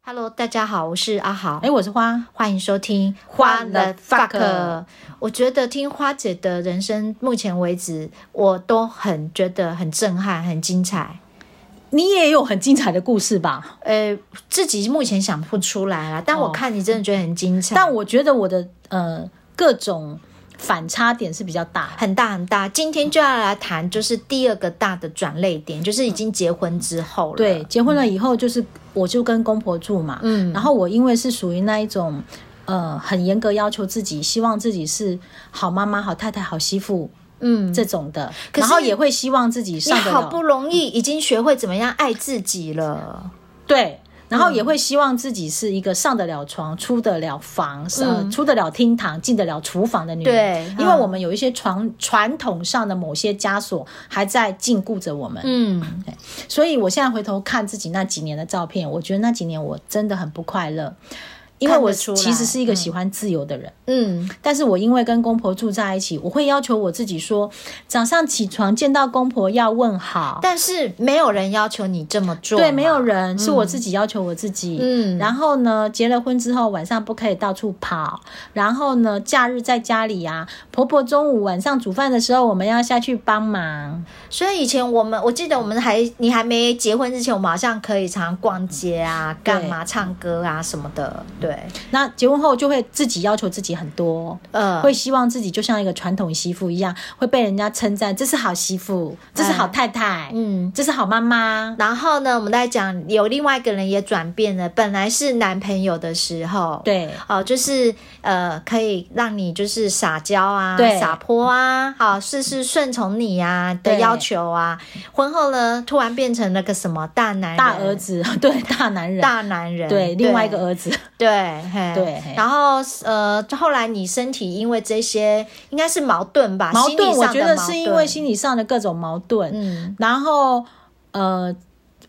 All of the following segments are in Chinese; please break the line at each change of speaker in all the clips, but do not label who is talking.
Hello，大家好，我是阿豪
哎、，我是花，
欢迎收听《
花了 fuck
我觉得听花姐的人生，目前为止我都很觉得很震撼，很精彩。
你也有很精彩的故事吧？
呃，自己目前想不出来啦，但我看你真的觉得很精彩，
哦但我觉得我的呃各种反差点是比较大。
很大很大。今天就要来谈，就是第二个大的转泪点，就是已经结婚之后了。
对，，结婚了以后就是我就跟公婆住嘛，
嗯
然后我因为是属于那一种呃很严格要求自己，希望自己是好妈妈、好太太、好媳妇
嗯，
这种的，哦
可是
然后也会希望自己
你
上得
好
了
不容易已经学会怎么样爱自己了。
对，然
嗯
后也会希望自己是一个上得了床、出得了房、
嗯
呃出得了厅堂、进得了厨房的女人。
对
因为
嗯
我们有一些传传统上的某些枷锁还在禁锢着我们，
嗯，
所以我现在回头看自己那几年的照片，我觉得那几年我真的很不快乐。因为
看得
我
出
其实
来
是一个喜欢自由的人，
嗯，
但是我因为跟公婆住在一起，我会要求我自己说，早上起床见到公婆要问好，
但是没有人要求你这么做，
对，没有。人、是我自己要求我自己。
嗯
然后呢，结了婚之后晚上不可以到处跑，然后呢，假日在家里啊，婆婆中午晚上煮饭的时候我们要下去帮忙。
所以以前我们，我记得我们还你还没结婚之前，我们好像可以常常逛街啊、干嘛、唱歌啊什么的。对，
那结婚后就会自己要求自己很多。
呃，
会希望自己就像一个传统媳妇一样，会被人家称赞，这是好媳妇，这是好太太，
嗯。
这是好妈妈。
然后呢，我们在讲有另外一个人也转变了，本来是男朋友的时候，，
对，
哦，就是呃，可以让你就是撒娇啊，
对
撒泼啊，好，事事顺从你啊的
对
要求啊。婚后呢，突然变成了个什么大男人
大儿、子， 对，大男人，
大男人，
对，另外一个儿子，
对，嘿
对嘿
然后呃，后来你身体因为这些应该是矛盾吧？
矛
啊心
盾，
理
我
上的
觉得
矛
是
盾
因为心理上的各种矛盾。
嗯
然后呃，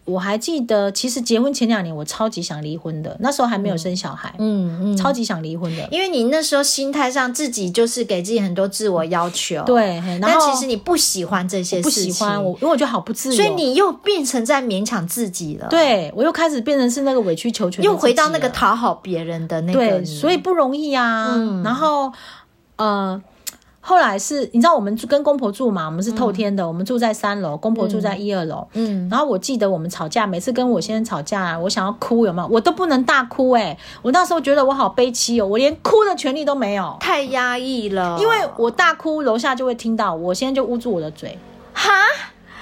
我还记得，其实结婚前两年我超级想离婚的，那时候还没有生小孩，
嗯嗯，
超级想离婚的。
因为你那时候心态上自己就是给自己很多自我要求，。
对，嘿然
但
后
其实你不喜欢这些
不
事
喜
情，
欢我，因为我觉得好不自由，啊
所以你又变成在勉强自己了，，
对我又开始变成是那个委曲求全的自己了，
又回到那个嗯讨好别人的那个
对，
你，
所以不容易啊。
嗯
然后呃。后来是，你知道我们住跟公婆住嘛？我们是透天的，我们住在三楼，公婆住在一二楼。
嗯，
然后我记得我们吵架，每次跟我先生吵架，我想要哭，有没有？我都不能大哭哎、我那时候觉得我好悲戚哦，我连哭的权利都没有，
太压抑了，
因为我大哭，楼下就会听到，我先生就捂住我的嘴，
哈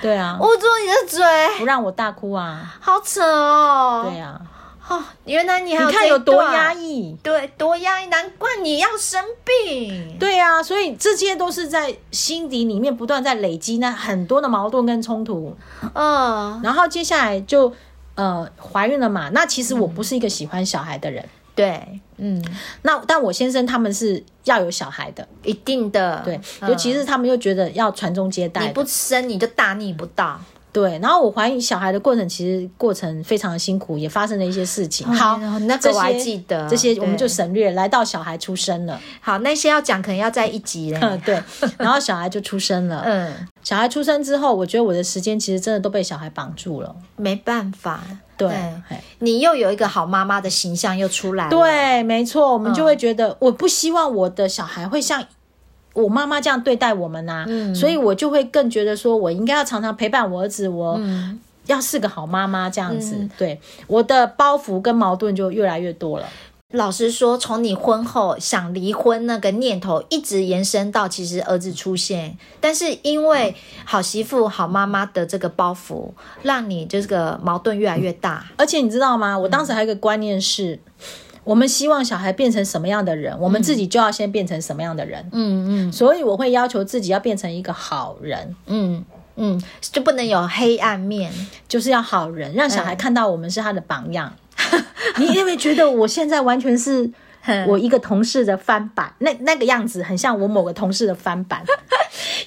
对啊，
捂住你的嘴，
不让我大哭啊，
好扯哦，
对啊，
哦，原来你还
你
这
看
一
有多
段
压抑，
对，多压抑，难怪你要生病。
对啊，所以这些都是在心底里面不断在累积那很多的矛盾跟冲突，
嗯，
然后接下来就呃怀孕了嘛，那其实我不是一个喜欢小孩的人，
对，嗯，
那但我先生他们是要有小孩的。
一定的，
对，
嗯
尤其是他们又觉得要传宗接代
你
的，
不生你就大逆不道。
对。然后我怀孕小孩的过程，其实过程非常的辛苦，也发生了一些事情。好，
哦那
这
个
些
我还记得，
这些我们就
对
省略，来到小孩出生了，
好，那些要讲可能要在一集嘞。
嗯， 对。然后小孩就出生了，
嗯，
小孩出生之后，我觉得我的时间其实真的都被小孩绑住了。
没办法，
对，
对
嘿
你又有一个好妈妈的形象又出来了。，嗯
对，没错，我们就会觉得，我不希望我的小孩会像。我妈妈这样对待我们呐、
嗯
所以我就会更觉得说，我应该要常常陪伴我儿子，我
嗯，
要是个好妈妈这样子，
嗯
对我的包袱跟矛盾就越来越多了。
老实说，从你婚后想离婚那个念头，一直延伸到其实儿子出现，但是因为
嗯
好媳妇、好妈妈的这个包袱，让你这个矛盾越来越大。
而且你知道吗？我当时还有一个观念是，我们希望小孩变成什么样的人，我们自己就要先变成什么样的人。
嗯嗯
所以我会要求自己要变成一个好人，
嗯嗯，就不能有黑暗面。
就是要好人，让
嗯
小孩看到我们是他的榜样。 你有没有觉得我现在完全是
嗯
我一个同事的翻版？那那个样子很像我某个同事的翻 版。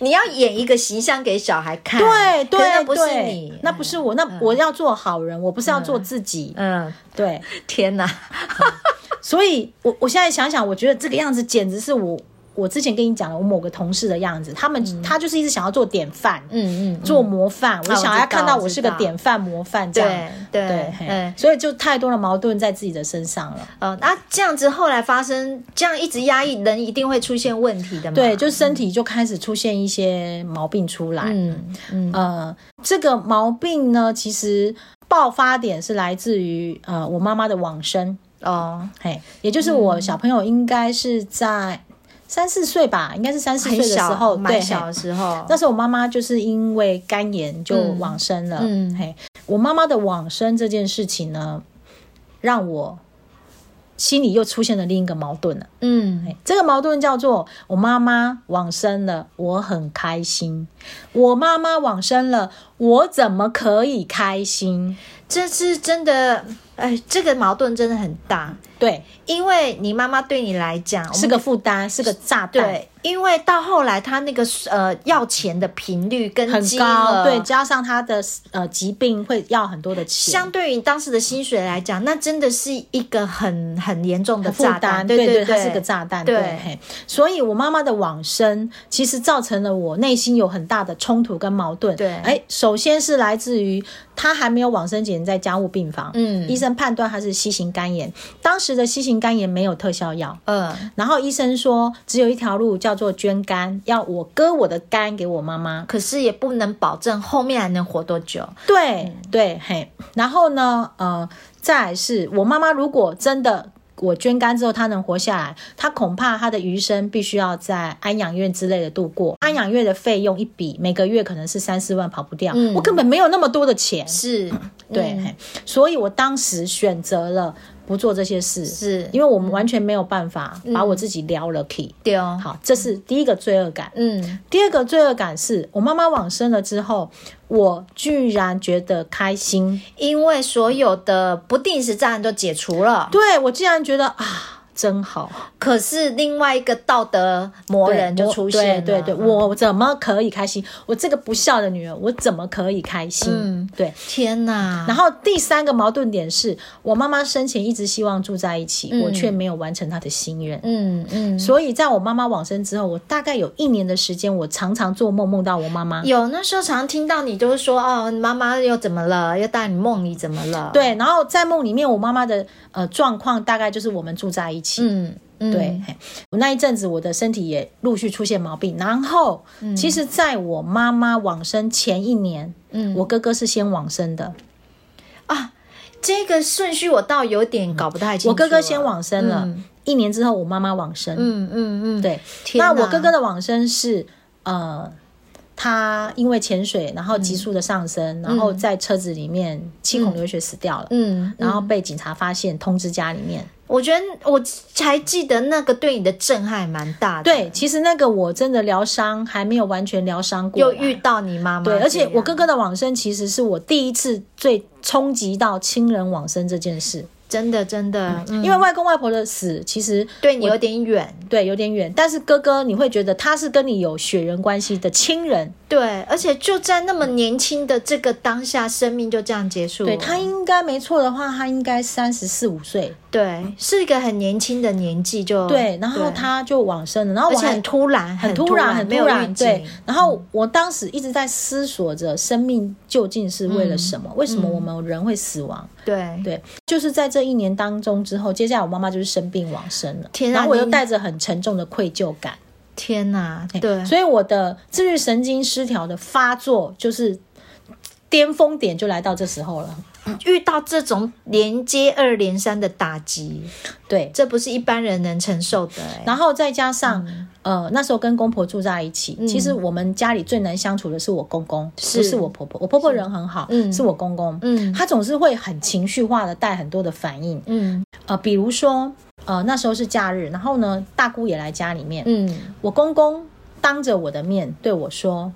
你要演一个形象给小孩看，
对
哎可是
对，
那不是
对
你，
那不是我，那我要做好人，我不是要做自己。
嗯，
对，
天哪，
所以我我现在想想，我觉得这个样子简直是我我之前跟你讲了，我某个同事的样子，他们、他就是一直想要做典范，
嗯嗯嗯，
做模范，我想要看到我是个
我知道
典范模范这样
对。对
对，嘿
嗯
所以就太多的矛盾在自己的身上了。
哦，那这样子后来发生，这样一直压抑，人一定会出现问题的嘛？
对，就身体就开始出现一些毛病出来。
嗯嗯
呃，这个毛病呢，其实爆发点是来自于呃我妈妈的往生，
哦，
嘿，也就是我小朋友应该是在三四岁吧，应该是三四岁
很
的时候，
小，
对，
蛮
嘿
小的时候，
那时候我妈妈就是因为肝炎就往生了。
嗯嗯
嘿，我妈妈的往生这件事情呢，让我心里又出现了另一个矛盾啊了。
嗯
嘿哎这个矛盾叫做我妈妈往生了，我很开心；我妈妈往生了，我怎么可以开心？
这是真的，哎，这个矛盾真的很大，
对，
因为你妈妈对你来讲
是个负担，是个炸弹。
对，因为到后来她那个呃要钱的频率跟
很
金
高，
额
对，加上他的呃疾病会要很多的钱，
相对于当时的薪水来讲，那真的是一个很很严重的
负
炸
担，
弹，
对
对
它是个炸弹，
对
对。嘿所以，我妈妈的往生其实造成了我内心有很大的冲突跟矛盾。
对
哎，首先是来自于她还没有往生前在家务病房，
嗯
医生判断她是 C 型肝炎，当时的 C 型肝炎没有特效药。
嗯，
然后医生说，只有一条路叫做捐肝，要我割我的肝给我妈妈。
可是也不能保证后面还能活多久，
对、对，嘿。然后呢，呃，再来是我妈妈如果真的我捐肝之后她能活下来，她恐怕她的余生必须要在安养院之类的度过。安养院的费用一笔，每个月可能是三四万，跑不掉。
嗯
我根本没有那么多的钱，
是，
对、
嗯
嘿。所以我当时选择了不做这些事，
是
因为我们完全没有办法把我自己撩了 key。
对哦，
好，这是第一个罪恶感。
嗯
第二个罪恶感是我妈妈往生了之后，我居然觉得开心，
因为所有的不定时炸弹都解除了，
对我竟然觉得啊，真好，
可是另外一个道德魔
对
人就
我
出现了，嗯
对对对，我怎么可以开心？我这个不孝的女儿，我怎么可以开心？
嗯
对。
天哪，
然后第三个矛盾点是我妈妈生前一直希望住在一起，
嗯
我却没有完成她的心愿。
嗯嗯，
所以，在我妈妈往生之后，我大概有一年的时间，我常常做梦，梦到我妈妈。
有那时候常听到你就是说哦，你妈妈又怎么了？又到你梦里怎么了？，
对，然后在梦里面，我妈妈的呃状况大概就是我们住在一起，
嗯嗯，
对，，嘿我那一阵子我的身体也陆续出现毛病，然后、其实在我妈妈往生前一年，
嗯
我哥哥是先往生的，
啊这个顺序我倒有点搞不太清楚。
我哥哥先，往生了，
嗯
一年之后我妈妈往生，
嗯嗯嗯，
对，
天
那
哪
我哥哥的往生是呃。他因为潜水，然后急速的上升，然后在车子里面七孔流血死掉了，
嗯，
然后被警察发现，通知家里面。
我觉得我才记得那个对你的震撼蛮大的，，
对，其实那个我真的疗伤还没有完全疗伤过来，
又遇到你妈妈这
对，
样，
而且我哥哥的往生其实是我第一次最冲击到亲人往生这件事，
真的真的，嗯
因为外公外婆的死其实
对你有点远，
对有点远，但是哥哥你会觉得他是跟你有血缘关系的亲人，
对，而且就在那么年轻的这个当下，生命就这样结束了，
对他应该没错的话，他应该三十四五岁，
对是一个很年轻的年纪就
对，然后他就往生了，然后
哦而
我
且
还
哦很。突然，
很
突
突然，很
没
突
有预
然，
警，嗯
对。然后我当时一直在思索着，生命究竟是为
嗯
了什么？为什么我们人会死亡？
对
对，就是在这一年当中之后，接下来我妈妈就是生病往生了，
天啊
然后我又
你
带着很沉重的愧疚感，
天哪，对，
所以我的自律神经失调的发作就是巅峰点就来到这时候了，
遇到这种连接二连三的打击，
对，
这不是一般人能承受的、欸。
然后再加上、
嗯
呃那时候跟公婆住在一起，其实我们家里最难相处的是我公公，
是
不是我婆婆，我婆婆人很好，
嗯
是我公公，
嗯
他总是会很情绪化的带很多的反应，
嗯
呃，比如说呃那时候是假日，然后呢大姑也来家里面，
嗯，
我公公当着我的面对我说：“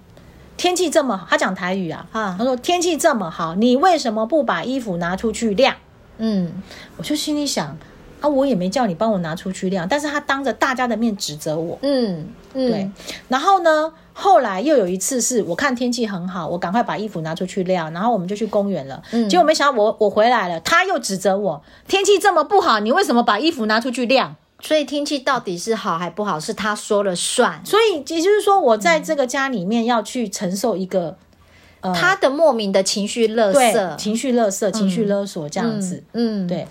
天气这么好，他讲台语啊，
啊
他说天气这么好，你为什么不把衣服拿出去晾
嗯，？”
我就心里想：“啊，我也没叫你帮我拿出去晾。”但是他当着大家的面指责我。
嗯，
对
嗯，，
然后呢？后来又有一次是我看天气很好，我赶快把衣服拿出去晾，然后我们就去公园了。
嗯
结果没想到我我回来了，他又指责我天气这么不好，你为什么把衣服拿出去晾？
所以天气到底是好还不好，是他说了算。
所以也就是说，我在这个家里面要去承受一个、呃
他的莫名的情绪勒
对
色，
情绪勒索、情绪勒索这样子。
嗯，嗯，
对，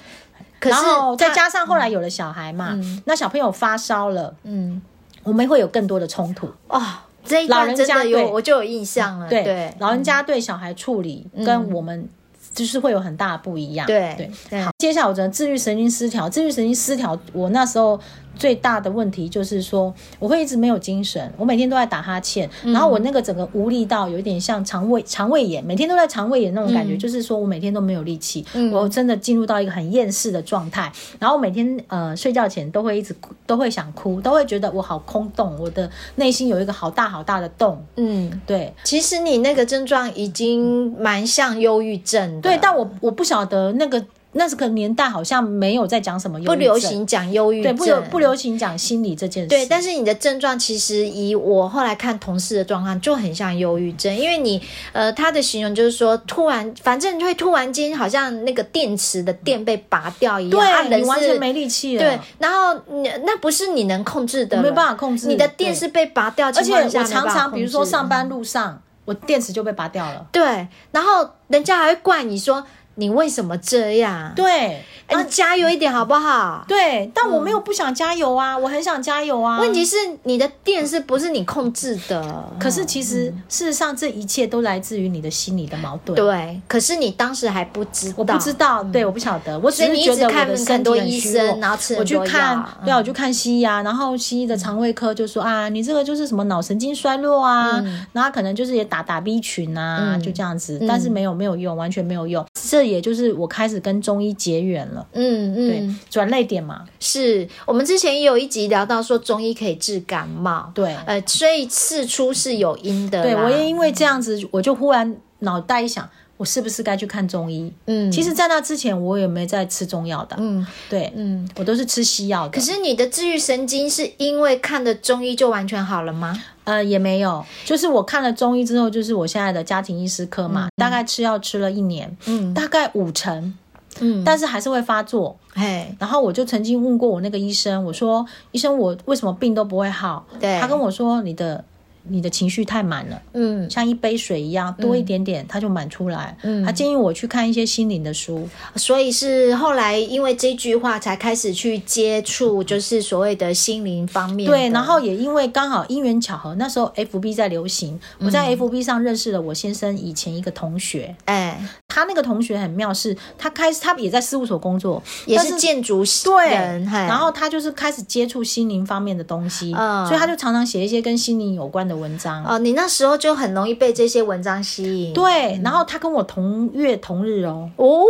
可
然后
是嗯
再
在
加上后来有了小孩嘛，那小朋友发烧了，
嗯，
我们会有更多的冲突。
哦，这一
老
段
人
真
家
的有
对
我就有印象了，
对，
对，嗯
老人家对小孩处理、跟我们就是会有很大的不一样。
对
对，
对
好，接下来我讲治愈神经失调。治愈神经失调，我那时候最大的问题就是说，我会一直没有精神，我每天都在打哈欠，
嗯
然后我那个整个无力到有点像肠胃肠胃炎，每天都在肠胃炎那种感觉，
嗯
就是说我每天都没有力气，我真的进入到一个很厌世的状态。然后每天呃睡觉前都会一直哭都会想哭，都会觉得我好空洞，我的内心有一个好大好大的洞。
嗯，
对，
其实你那个症状已经蛮像忧郁症的，
对，但我我不晓得那个那个年代好像没有在讲什么忧郁
不流
症，
行讲忧郁
对，
症，
不流不流行讲心理这件事。
对，但是你的症状其实以我后来看同事的状况就很像忧郁症，因为你呃，他的形容就是说，突然反正会突然间好像那个电池的电被拔掉一样，啊、
对
人
你完
是
全没力气了，
对，然后你那不是你能控制的，
我没办法控制
你的
对
电是被拔掉，
而且我
情况下没
常
办法
常
控
比如说
制
上班路上，我电池就被拔掉了。
对，然后人家还会怪你说你为什么这样，
对
哎，你加油一点好不好？
对，但我没有不想加油啊，我很想加油
嗯
啊。
问题是你的电是不是你控制的？
可是其实事实上这一切都来自于你的心理的矛盾。。
嗯对，可是你当时还不知道，
我不知道，对，我不晓得，我只
所以
是
你一
觉
直
得我
看
的身
很
体
多
很
医
虚弱
生，然后吃
我
很
去
多
看
药，嗯
对啊，我去看西医啊，然后西医的肠胃科就说啊，你这个就是什么脑神经衰弱
嗯
啊，然后可能就是也打打 B 群啊，就这样子，
嗯
但是没有没有用，完全没有用。这也就是我开始跟中医结缘了，
嗯
对
嗯，，
转泪点嘛，
是我们之前也有一集聊到说中医可以治感冒，
对
呃，所以事出是有因的啦，嗯
对我也因为这样子，我就忽然脑袋一想，我是不是该去看中医？
嗯，
其实，在那之前我也没在吃中药的，
嗯
对
嗯。
我都是吃西药
可
的，
是你的治愈神经是因为看的中医就完全好了吗？
呃，也没有，就是我看了中医之后，就是我现在的家庭医师科嘛，大概吃药吃了一年，
嗯
大概五成，
嗯，
但是还是会发作。
嘿，
然后我就曾经问过我那个医生，我说：“医生，我为什么病都不会好？”
对
他跟我说：“你的你的情绪太满了，
嗯，
像一杯水一样，多一点点、它就满出来。”
嗯
他建议我去看一些心灵的书。
所以是后来因为这句话才开始去接触，就是所谓的心灵方面的。
对，然后也因为刚好因缘巧合，那时候 FB 在流行，我
嗯
在 FB 上认识了我先生以前一个同学，
哎，
他那个同学很妙，是他开始他也在事务所工作，
也
但
是建筑
对，
人，嘿
然后他就是开始接触心灵方面的东西，
嗯
所以他就常常写一些跟心灵有关的文章。
哦，你那时候就很容易被这些文章吸引。
对，然后他跟我同月同日哦，
哦，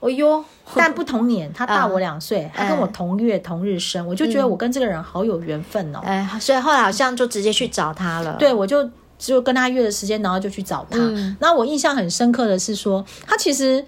哎 呦，
但不同年，他大我两岁，他跟我
嗯
同月同日生，我就觉得我跟这个人好有缘分哦。
哎，所以后来好像就直接去找他了。
对，我就就跟他约了时间，然后就去找他。
嗯
那我印象很深刻的是说，他其实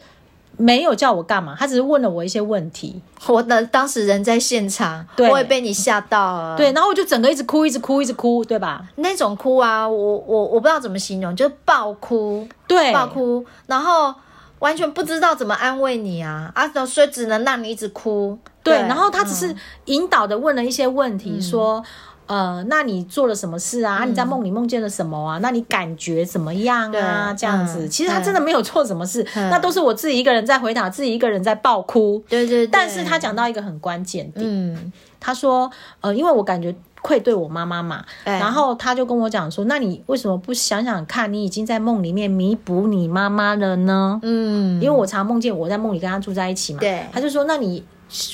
没有叫我干嘛，他只是问了我一些问题。
我的当时人在现场，
对
我也被你吓到了。
对，然后我就整个一直哭，一直哭，一直哭，对吧？
那种哭啊，我我我不知道怎么形容，就是爆哭，
对，
爆哭，然后完全不知道怎么安慰你啊啊，所以只能让你一直哭。
对，然后他只
嗯
是引导的问了一些问题，说。呃，那你做了什么事
嗯
啊？啊你在梦里梦见了什么啊？那你感觉怎么样啊？
对
这样子，
嗯
其实他真的没有做什么事，
嗯
那都是我自己一个人在回答，自己一个人在爆哭。
对对对，
但是他讲到一个很关键点，
嗯，
他说，呃，因为我感觉愧对我妈妈嘛，
哎
然后他就跟我讲说，那你为什么不想想看，你已经在梦里面弥补你妈妈了呢？
嗯，
因为我常梦见我在梦里跟他住在一起嘛，
对
他就说，那你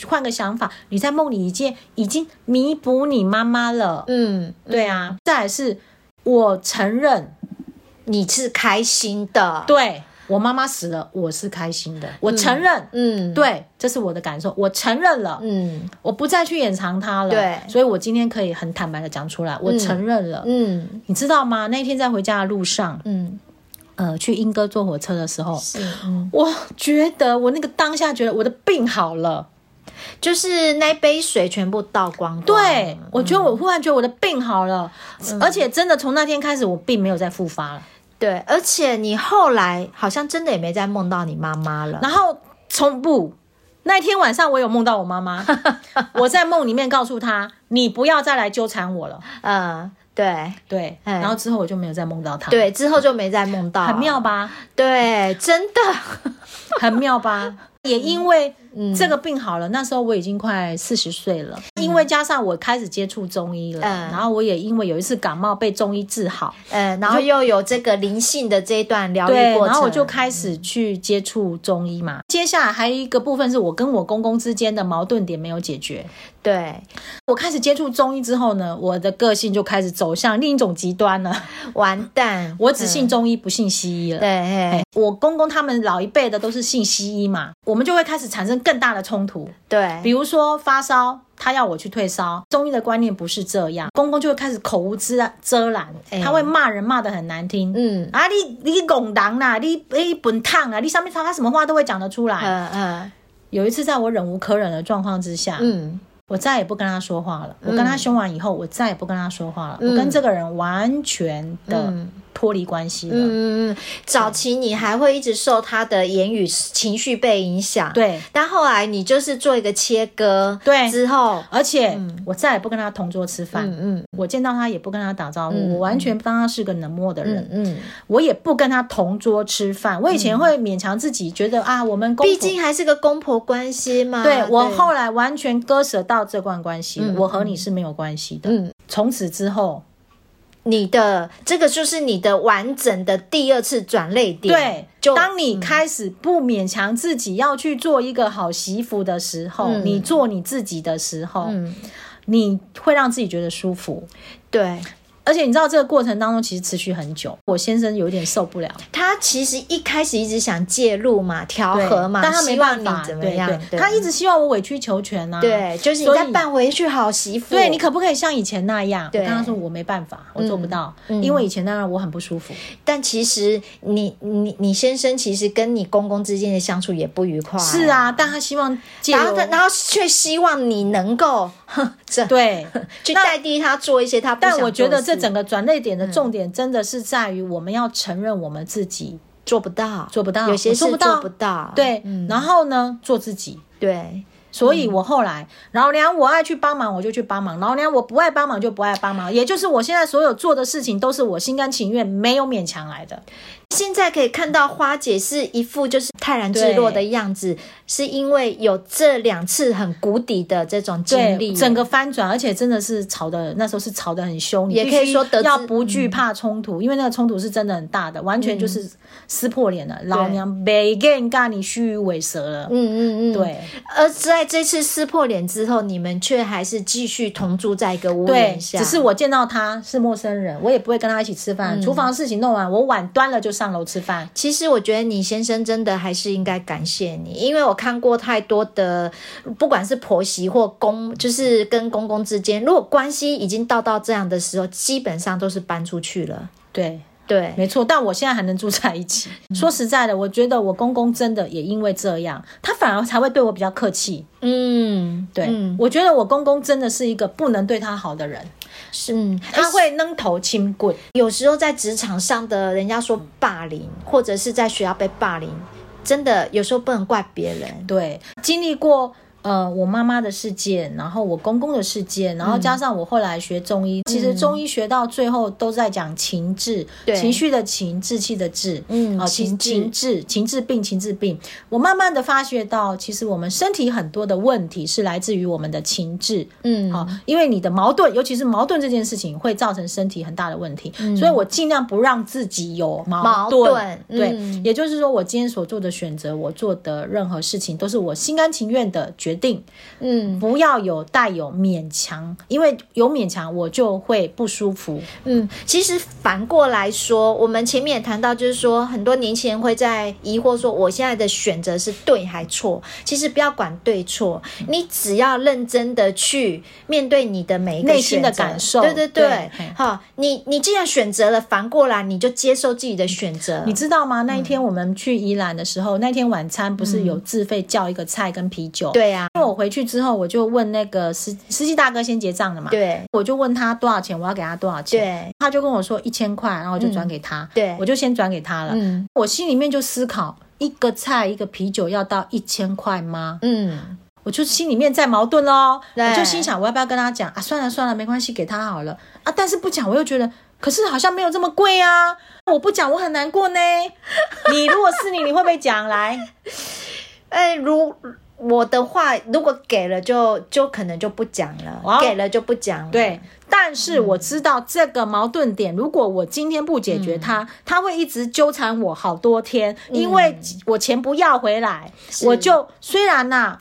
换个想法，你在梦里已经已经弥补你妈妈了，
嗯，
对啊，再来是我承认，
你是开心的，
对我妈妈死了，我是开心的，我承认，
嗯，，
对，这是我的感受，我承认了，
嗯
我不再去掩藏它了，
对
所以我今天可以很坦白的讲出来，我承认了。
嗯
你知道吗？那一天在回家的路上，
嗯，
呃，去英哥坐火车的时候，
是，嗯。
我觉得我那个当下觉得我的病好了，
就是那杯水全部倒光光。
对、我觉得我忽然觉得我的病好了，
嗯
而且真的从那天开始，我并没有再复发了。
对，而且你后来好像真的也没再梦到你妈妈了。
然后从不，那一天晚上我有梦到我 妈妈，我在梦里面告诉她，你不要再来纠缠我了。
嗯，对
对，
哎
然后之后我就没有再梦到她。，
对，之后就没再梦到，
很，妙吧？
对，真的，
很 妙吧？也因为
嗯，
这个病好了，那时候我已经快四十岁了，因为加上我开始接触中医了，
嗯
然后我也因为有一次感冒被中医治好，
呃，然后又有这个灵性的这一段疗愈，
对
过程，
然后我就开始去接触中医嘛。接下来还有一个部分是我跟我公公之间的矛盾点没有解决。
对，
我开始接触中医之后呢，我的个性就开始走向另一种极端了，
完蛋，
我只信中医不信西医了。
对，哎
我公公他们老一辈的都是信西医嘛，我们就会开始产生更大的冲突。
对，
比如说发烧，他要我去退烧，中医的观念不是这样，公公就会开始口无遮遮拦，
哎
他会骂人骂得很难听。
嗯
啊，你你拱狼啦，你你本烫啊，你上面他他什么话都会讲得出来。
嗯嗯
有一次，在我忍无可忍的状况之下，
嗯，
我再也不跟他说话了。我跟他凶完以后，我再也不跟他说话了。
嗯
我跟这个人完全的
嗯
脱离关系了。
嗯嗯嗯，早期你还会一直受他的言语情绪被影响，。
对，
但后来你就是做一个切割，
对
之后，
而且我再也不跟他同桌吃饭。
嗯
我见到他也不跟他打招呼，
嗯
我完全当他是个冷漠的人。
嗯嗯，
我也不跟他同桌吃饭。我以前会勉强自己觉得、啊，我们公婆
毕竟还是个公婆关系嘛。
对我后来完全割舍到这段关系了，
嗯
我和你是没有关系的。
嗯，
从此之后，
你的这个就是你的完整的第二次转泪点，
对，
就嗯
当你开始不勉强自己要去做一个好媳妇的时候，
嗯
你做你自己的时候，
嗯
你会让自己觉得舒服。
对，
而且你知道这个过程当中其实持续很久，我先生有点受不了，
他其实一开始一直想介入嘛，调
对
和嘛，
但他没办
希望
法，
你怎么
对
样？
对
对
他一直希望我委曲求全啊，
对，就是你
所以
再扮回去好媳妇，
对你可不可以像以前那样？我
对
跟他说我没办法，我做不到，
嗯
因为以前那样我很不舒服。
但其实你你你先生其实跟你公公之间的相处也不愉快，哦
是，啊，哦但他希望借
然后他
由
然后却希望你能够呵这
对，
去代替他做一些他不想
但我觉得
做的
这
事嗯
整个转泪点的重点真的是在于我们要承认我们自己
做不到，
做不到，
有些
我
事
做不到，
不到，
对，
嗯
然后呢，做自己。
对，
所以我后来，老娘我爱去帮忙，我就去帮忙；老娘我不爱帮忙，就不爱帮忙。也就是我现在所有做的事情，都是我心甘情愿，没有勉强来的。
现在可以看到花姐是一副就是泰然自若的样子，是因为有这两次很谷底的这种经历，
对，整个翻转，而且真的是吵的，那时候是吵得很凶，你
也
必
可以
须
说得知嗯
要不惧怕冲突，因为那个冲突是真的很大的，完全就是撕破脸了。老娘没跟干你虚与委蛇了，
嗯嗯嗯，。
对
而在这次撕破脸之后，你们却还是继续同住在一个屋
对，
檐下，
哎只是我见到他是陌生人，我也不会跟他一起吃
嗯
饭。厨房事情弄完，我碗端了就上楼吃饭。
其实我觉得你先生真的还是应该感谢你，因为我看过太多的，不管是婆媳或公，就是跟公公之间，如果关系已经到到这样的时候，基本上都是搬出去了。
对，
对，嗯
没错，但我现在还能住在一起。说实在的，我觉得我公公真的也因为这样，他反而才会对我比较客气。
嗯，
对，
嗯，
我觉得我公公真的是一个不能对他好的人。
是，嗯，
他会扔头轻棍，
有时候在职场上的人家说霸凌，或者是在学校被霸凌，真的有时候不能怪别人。
对，经历过。呃，我妈妈的事件，然后我公公的事件，然后加上我后来学中医，其实中医学到最后都在讲情志，
对
情绪的情，志气的志，
嗯
啊、情
情
情志，情志病，情志病。我慢慢的发觉到，其实我们身体很多的问题是来自于我们的情志，
嗯，
好、哦因为你的矛盾，尤其是矛盾这件事情，会造成身体很大的问题，所以我尽量不让自己有矛
嗯矛盾
对，
嗯
也就是说，我今天所做的选择，我做的任何事情，都是我心甘情愿的决定，
嗯
不要有带有勉强，因为有勉强我就会不舒服。
嗯，其实反过来说，我们前面也谈到，就是说很多年轻人会在疑惑说，我现在的选择是对还错？其实不要管对错，你只要认真的去面对你的每一个
内心的
选择
感受
对对对
对嘿，
好，你你既然选择了，反过来你就接受自己的选择
你。知道吗？那一天我们去宜兰的时候，那天晚餐不是有自费叫一个菜跟啤酒？。
嗯对啊呀、
因为我回去之后，我就问那个司司机大哥先结账了嘛，
对
我就问他多少钱，我要给他多少钱，
对
他就跟我说一千块，然后我就转给他，
嗯对
我就先转给他了。
嗯
我心里面就思考，一个菜一个啤酒要到一千块吗？
嗯，
我就心里面在矛盾咯，
对
我就心想我要不要跟他讲啊？算了算了，没关系，给他好了啊。但是不讲我又觉得，可是好像没有这么贵啊。我不讲我很难过呢。你如果是你，你会不会讲？来，
哎、如我的话，如果给了就就可能就不讲了，
哇哦
给了就不讲了。
对，但是我知道这个矛盾点，如果我今天不解决
嗯
它，它会一直纠缠我好多天，因为我钱不要回来，我就虽然呐、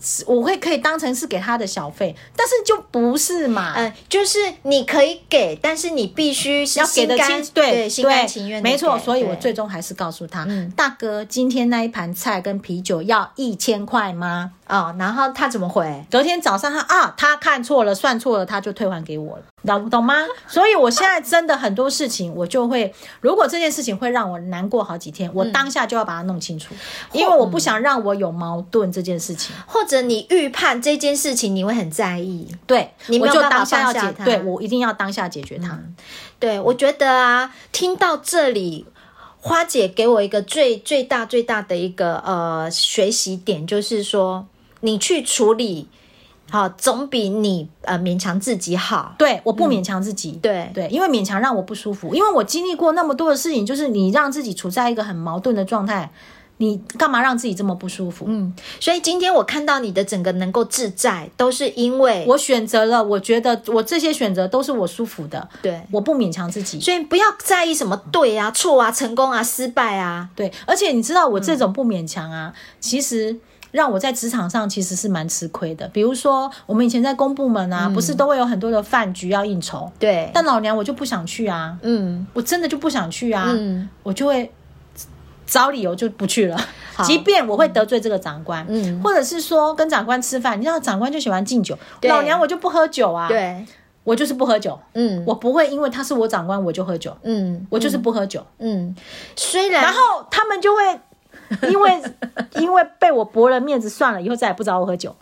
是我会可以当成是给他的小费，但是就不是嘛。
嗯，就是你可以给，但是你必须是
要给的
心甘
清，对
心甘情愿地给，
没错。所以我
对
最终还是告诉他
嗯，
大哥，今天那一盘菜跟啤酒要一千块吗？
哦，然后他怎么回？
隔天早上他啊，他看错了，算错了，他就退还给我了，懂懂吗？所以我现在真的很多事情，我就会，如果这件事情会让我难过好几
嗯
天，我当下就要把它弄清楚，因为我不想让我有矛盾这件事情。
或者你预判这件事情，你会很在意。
对，
你
我
没有
就
办法
当要
放下
解，
它嗯
对我一定要当下解决它。
对，我觉得啊，听到这里，花姐给我一个最最大最大的一个呃学习点，就是说你去处理，好、总比你呃勉强自己好。
对，我不勉强自己。
对
对，因为勉强让我不舒服，因为我经历过那么多的事情，就是你让自己处在一个很矛盾的状态，你干嘛让自己这么不舒服？
嗯，所以今天我看到你的整个能够自在，都是因为
我选择了，我觉得我这些选择都是我舒服的，
对，
我不勉强自己。
所以不要在意什么对啊、错啊、成功啊、失败啊。
对，而且你知道我
嗯
这种不勉强啊，其实。让我在职场上其实是蛮吃亏的，比如说我们以前在公部门啊，不是
嗯
都会有很多的饭局要应酬，
对，
但老娘我就不想去啊，
嗯
我真的就不想去啊，
嗯
我就会找理由就不去了
好。
即便我会得罪这个长官，
嗯
或者是说跟长官吃饭，你知道长官就喜欢敬酒，
对
老娘我就不喝酒啊，
对，
我就是不喝酒，
嗯
我不会因为他是我长官我就喝酒，
嗯
我就是不喝酒。
嗯，虽然
然后他们就会。因 为因为被我驳了面子，算了，以后再也不找我喝酒。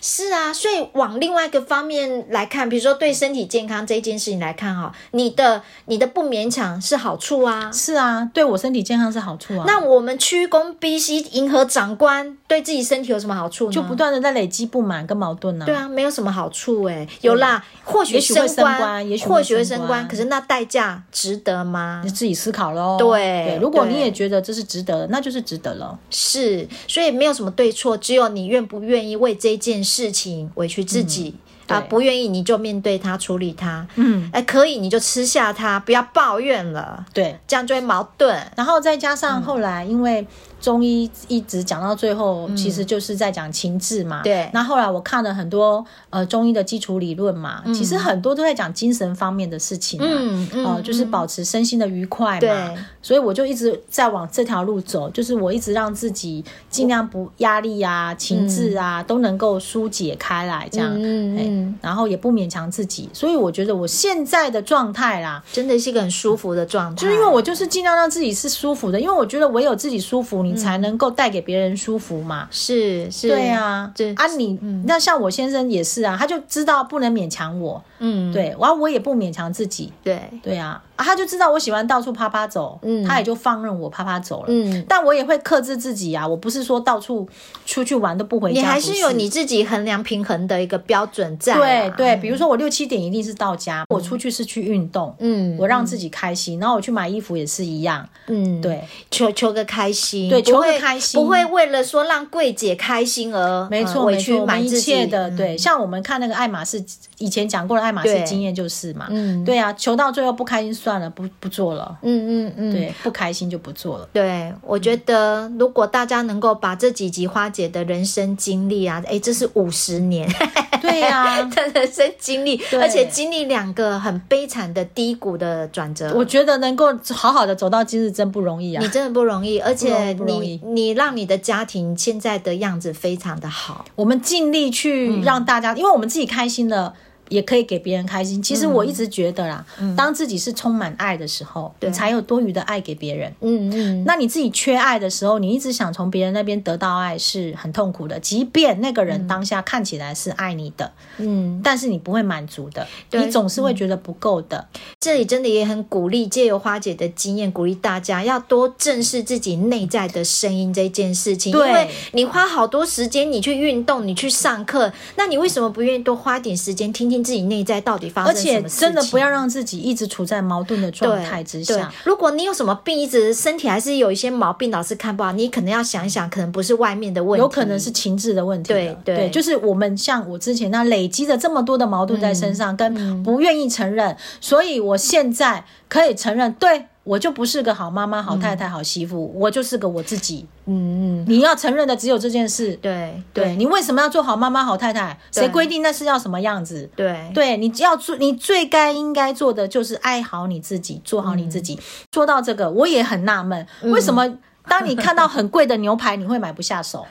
是啊，所以往另外一个方面来看，比如说对身体健康这件事情来看哈，你的你的不勉强是好处啊。
是啊，对我身体健康是好处啊。
那我们屈躬逼膝迎合长官，对自己身体有什么好处呢？
就不断的在累积不满跟矛盾呢、
对啊，没有什么好处哎、有啦，或许
也许
升
会升官也许会
或许会
升
升
官
官，可是那代价值得吗
你？自己思考喽。
对
如果
对
你也觉得这是值得的，那就是值得了。
是，所以没有什么对错，只有你愿不愿意为这件事情委屈自己。啊，
嗯对
不愿意你就面对它，处理它。
嗯，
哎，可以你就吃下它，不要抱怨了。
对。嗯
这样就会矛盾。
然后再加上后来，因为中医一直讲到最后，其实就是在讲情志嘛。
对
那后来我看了很多呃中医的基础理论嘛，其实很多都在讲精神方面的事情啊。
嗯嗯
哦，就是保持身心的愉快嘛
对。
所以我就一直在往这条路走，就是我一直让自己尽量不压力啊、情志啊、都能够疏解开来，这样。
嗯嗯嗯
哎
嗯
然后也不勉强自己，所以我觉得我现在的状态啦，
真的是一个很舒服的状态。
就是因为我就是尽量让自己是舒服的，因为我觉得唯有自己舒服，你才能够带给别人舒服嘛。
是是，嗯
对啊，
对
啊你，那像我先生也是啊，他就知道不能勉强我，
嗯
对，然后我也不勉强自己，
对，
对啊，啊他就知道我喜欢到处啪啪走，
嗯
他也就放任我啪啪走了。
嗯，
但我也会克制自己啊，我不是说到处出去玩都不回家，
你还是有
不
你自己衡量平衡的一个标准在。啊
对，对，比如说我六七点一定是到家，我出去是去运动，
嗯，
我让自己开心，然后我去买衣服也是一样，
嗯，
对，
求求个开心，
对
不
求个
会
开心
不会为了说让柜姐开心而
没
呃
错，
委
没错，
屈
我
买
们一
自己嗯
切的，对，像我们看那个爱马仕，以前讲过的爱马仕
对
经验就是嘛，
嗯
对啊，求到最后不开心算了，不不做了，
嗯嗯嗯，
对，不开心就不 做了。
对，我觉得如果大家能够把这几集花姐的人生经历啊，诶，这是五十年，
对呀
她的人生经历，
对
而且经历两个很悲惨的低谷的转折，
我觉得能够好好的走到今日真不容易啊
你！真的不容易，而且
不容易
你你让你的家庭现在的样子非常的好，嗯
我们尽力去让大家，因为我们自己开心了，也可以给别人开心。其实我一直觉得啦，当自己是充满爱的时候，
嗯对
你才有多余的爱给别人。
嗯嗯，
那你自己缺爱的时候，你一直想从别人那边得到爱是很痛苦的。即便那个人当下看起来是爱你的，
嗯，
但是你不会满足的，
对嗯
你总是会觉得不够的。
这里真的也很鼓励，借由花姐的经验，鼓励大家要多正视自己内在的声音这件事情。因
对
为你花好多时间，你去运动，你去上课，那你为什么不愿意多花点时间听听自己内在到底发
而
生什
且
么事情？
真的不要让自己一直处在矛盾的状态之
对
下。。
如果你有什么病，一直身体还是有一些毛病，老是看不好，你可能要想一想，可能不是外面的问题，
有可能是情志的问题了。
对对
就是我们像我之前那累积的这么多的矛盾在
嗯
身上，跟不愿意承认，所以我现在可以承认，对我就不是个好妈妈、好太太、好媳妇，我就是个我自己。
嗯嗯，
你要承认的只有这件事。
对
对
对
你为什么要做好妈妈、好太太？
对
谁规定那是要什么样子？
对
对，你要做，你最该应该做的就是爱好你自己，做好你自己。
嗯
说到这个，我也很纳闷，为什么当你看到很贵的牛排，你会买不 下手？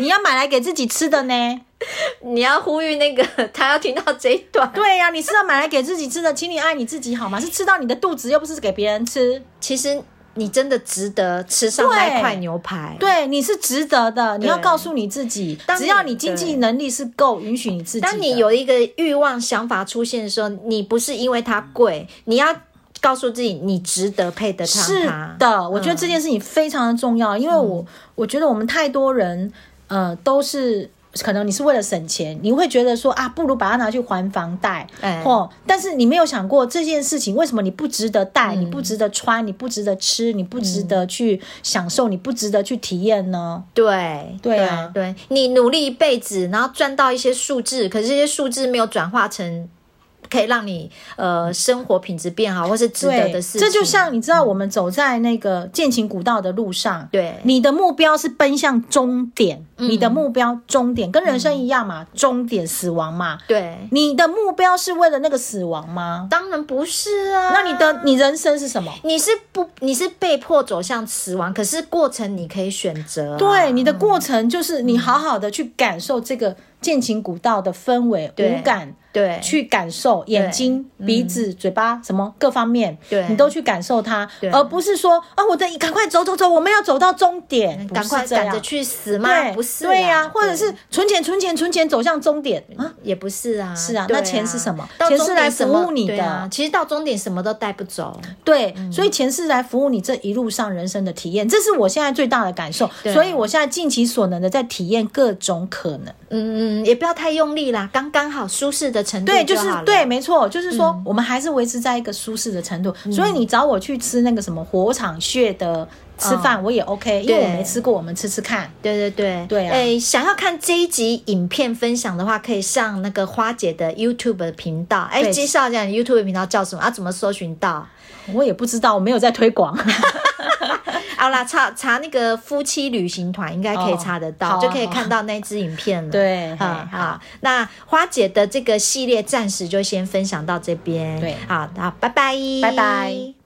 你要买来给自己吃的呢？
你要呼吁 那个他要听到这一段。
对呀、你是要买来给自己吃的，请你爱你自己好吗？是吃到你的肚子，又不是给别人吃。
其实你真的值得吃上
对
那块牛排。
对，你是值得的。你要
对
告诉你自己
当，
只
你
要你经
对
济能力是够，允许你自己的。
当你有一个欲望、想法出现的时候，你不是因为它贵，你要告诉自己你值得配得上
是
它。
的，我觉得这
嗯
件事情非常的重要，因为我我觉得我们太多人，呃，都是可能你是为了省钱，你会觉得说啊，不如把它拿去还房贷，
哎
哦，但是你没有想过这件事情为什么你不值得戴，你
嗯
不值得穿，你不值得吃，你不值得去享受，你不值得去体验呢？
对
对啊
对，对你努力一辈子，然后赚到一些数字，可是这些数字没有转化成可以让你呃生活品质变好，或是值得
对，
的事情。嗯
这就像你知道，我们走在那个剑琴古道的路上，
对嗯
你的目标是奔向终点，你的目标终点跟人生一样嘛，终点死亡嘛，
对，
你的目标是为了那个死亡吗？
当然不是啊。
那你的你人生是什么？
你是不你是被迫走向死亡，可是过程你可以选择啊、
对，你的过程就是你好好的去感受这个剑琴古道的氛围，
对
五感
对
去感受，眼睛、鼻子、嘴巴什么各方面，
对
你都去感受它
对，
而不是说啊，我的赶快走走走，我们要走到终点，
赶
不
快
是这样
赶着。去死吗？
对，
不是啊，
对呀、或者
对
是存钱、存钱、存钱，走向终点啊！
也不是啊，
是啊
对
那钱是什么
到
钱
终
是
点
来
什
服
么
务你
对啊
的
其实到终点什么都带不走，
对，
嗯
所以钱是来服务你这一路上人生的体验，这是我现在最大的感受。
对啊
所以我现在尽其所能的在体验各种可能。
嗯嗯，也不要太用力啦，刚刚好舒适的程度
对，就是
好了嗯
对，没错，就是说、我们还是维持在一个舒适的程度。所以你找我去吃那个什么火场穴的吃饭，我也 OK，因为
啊对
我没吃过，我们吃吃看。
对对对
对啊
诶想要看这一集影片分享的话，可以上那个花姐的 YouTube 的频道。哎，
对
介绍一下你 YouTube 频道叫什么？啊，怎么搜寻到？
我也不知道，我没有在 推广。
好啦，查查那个夫妻旅行团，应该可以查得
哦
到，
好啊
就可以看到那支影片了。
对
啊
嘿
好，那花姐的这个系列暂时就先分享到这边。
对
好，好，拜拜，
拜拜。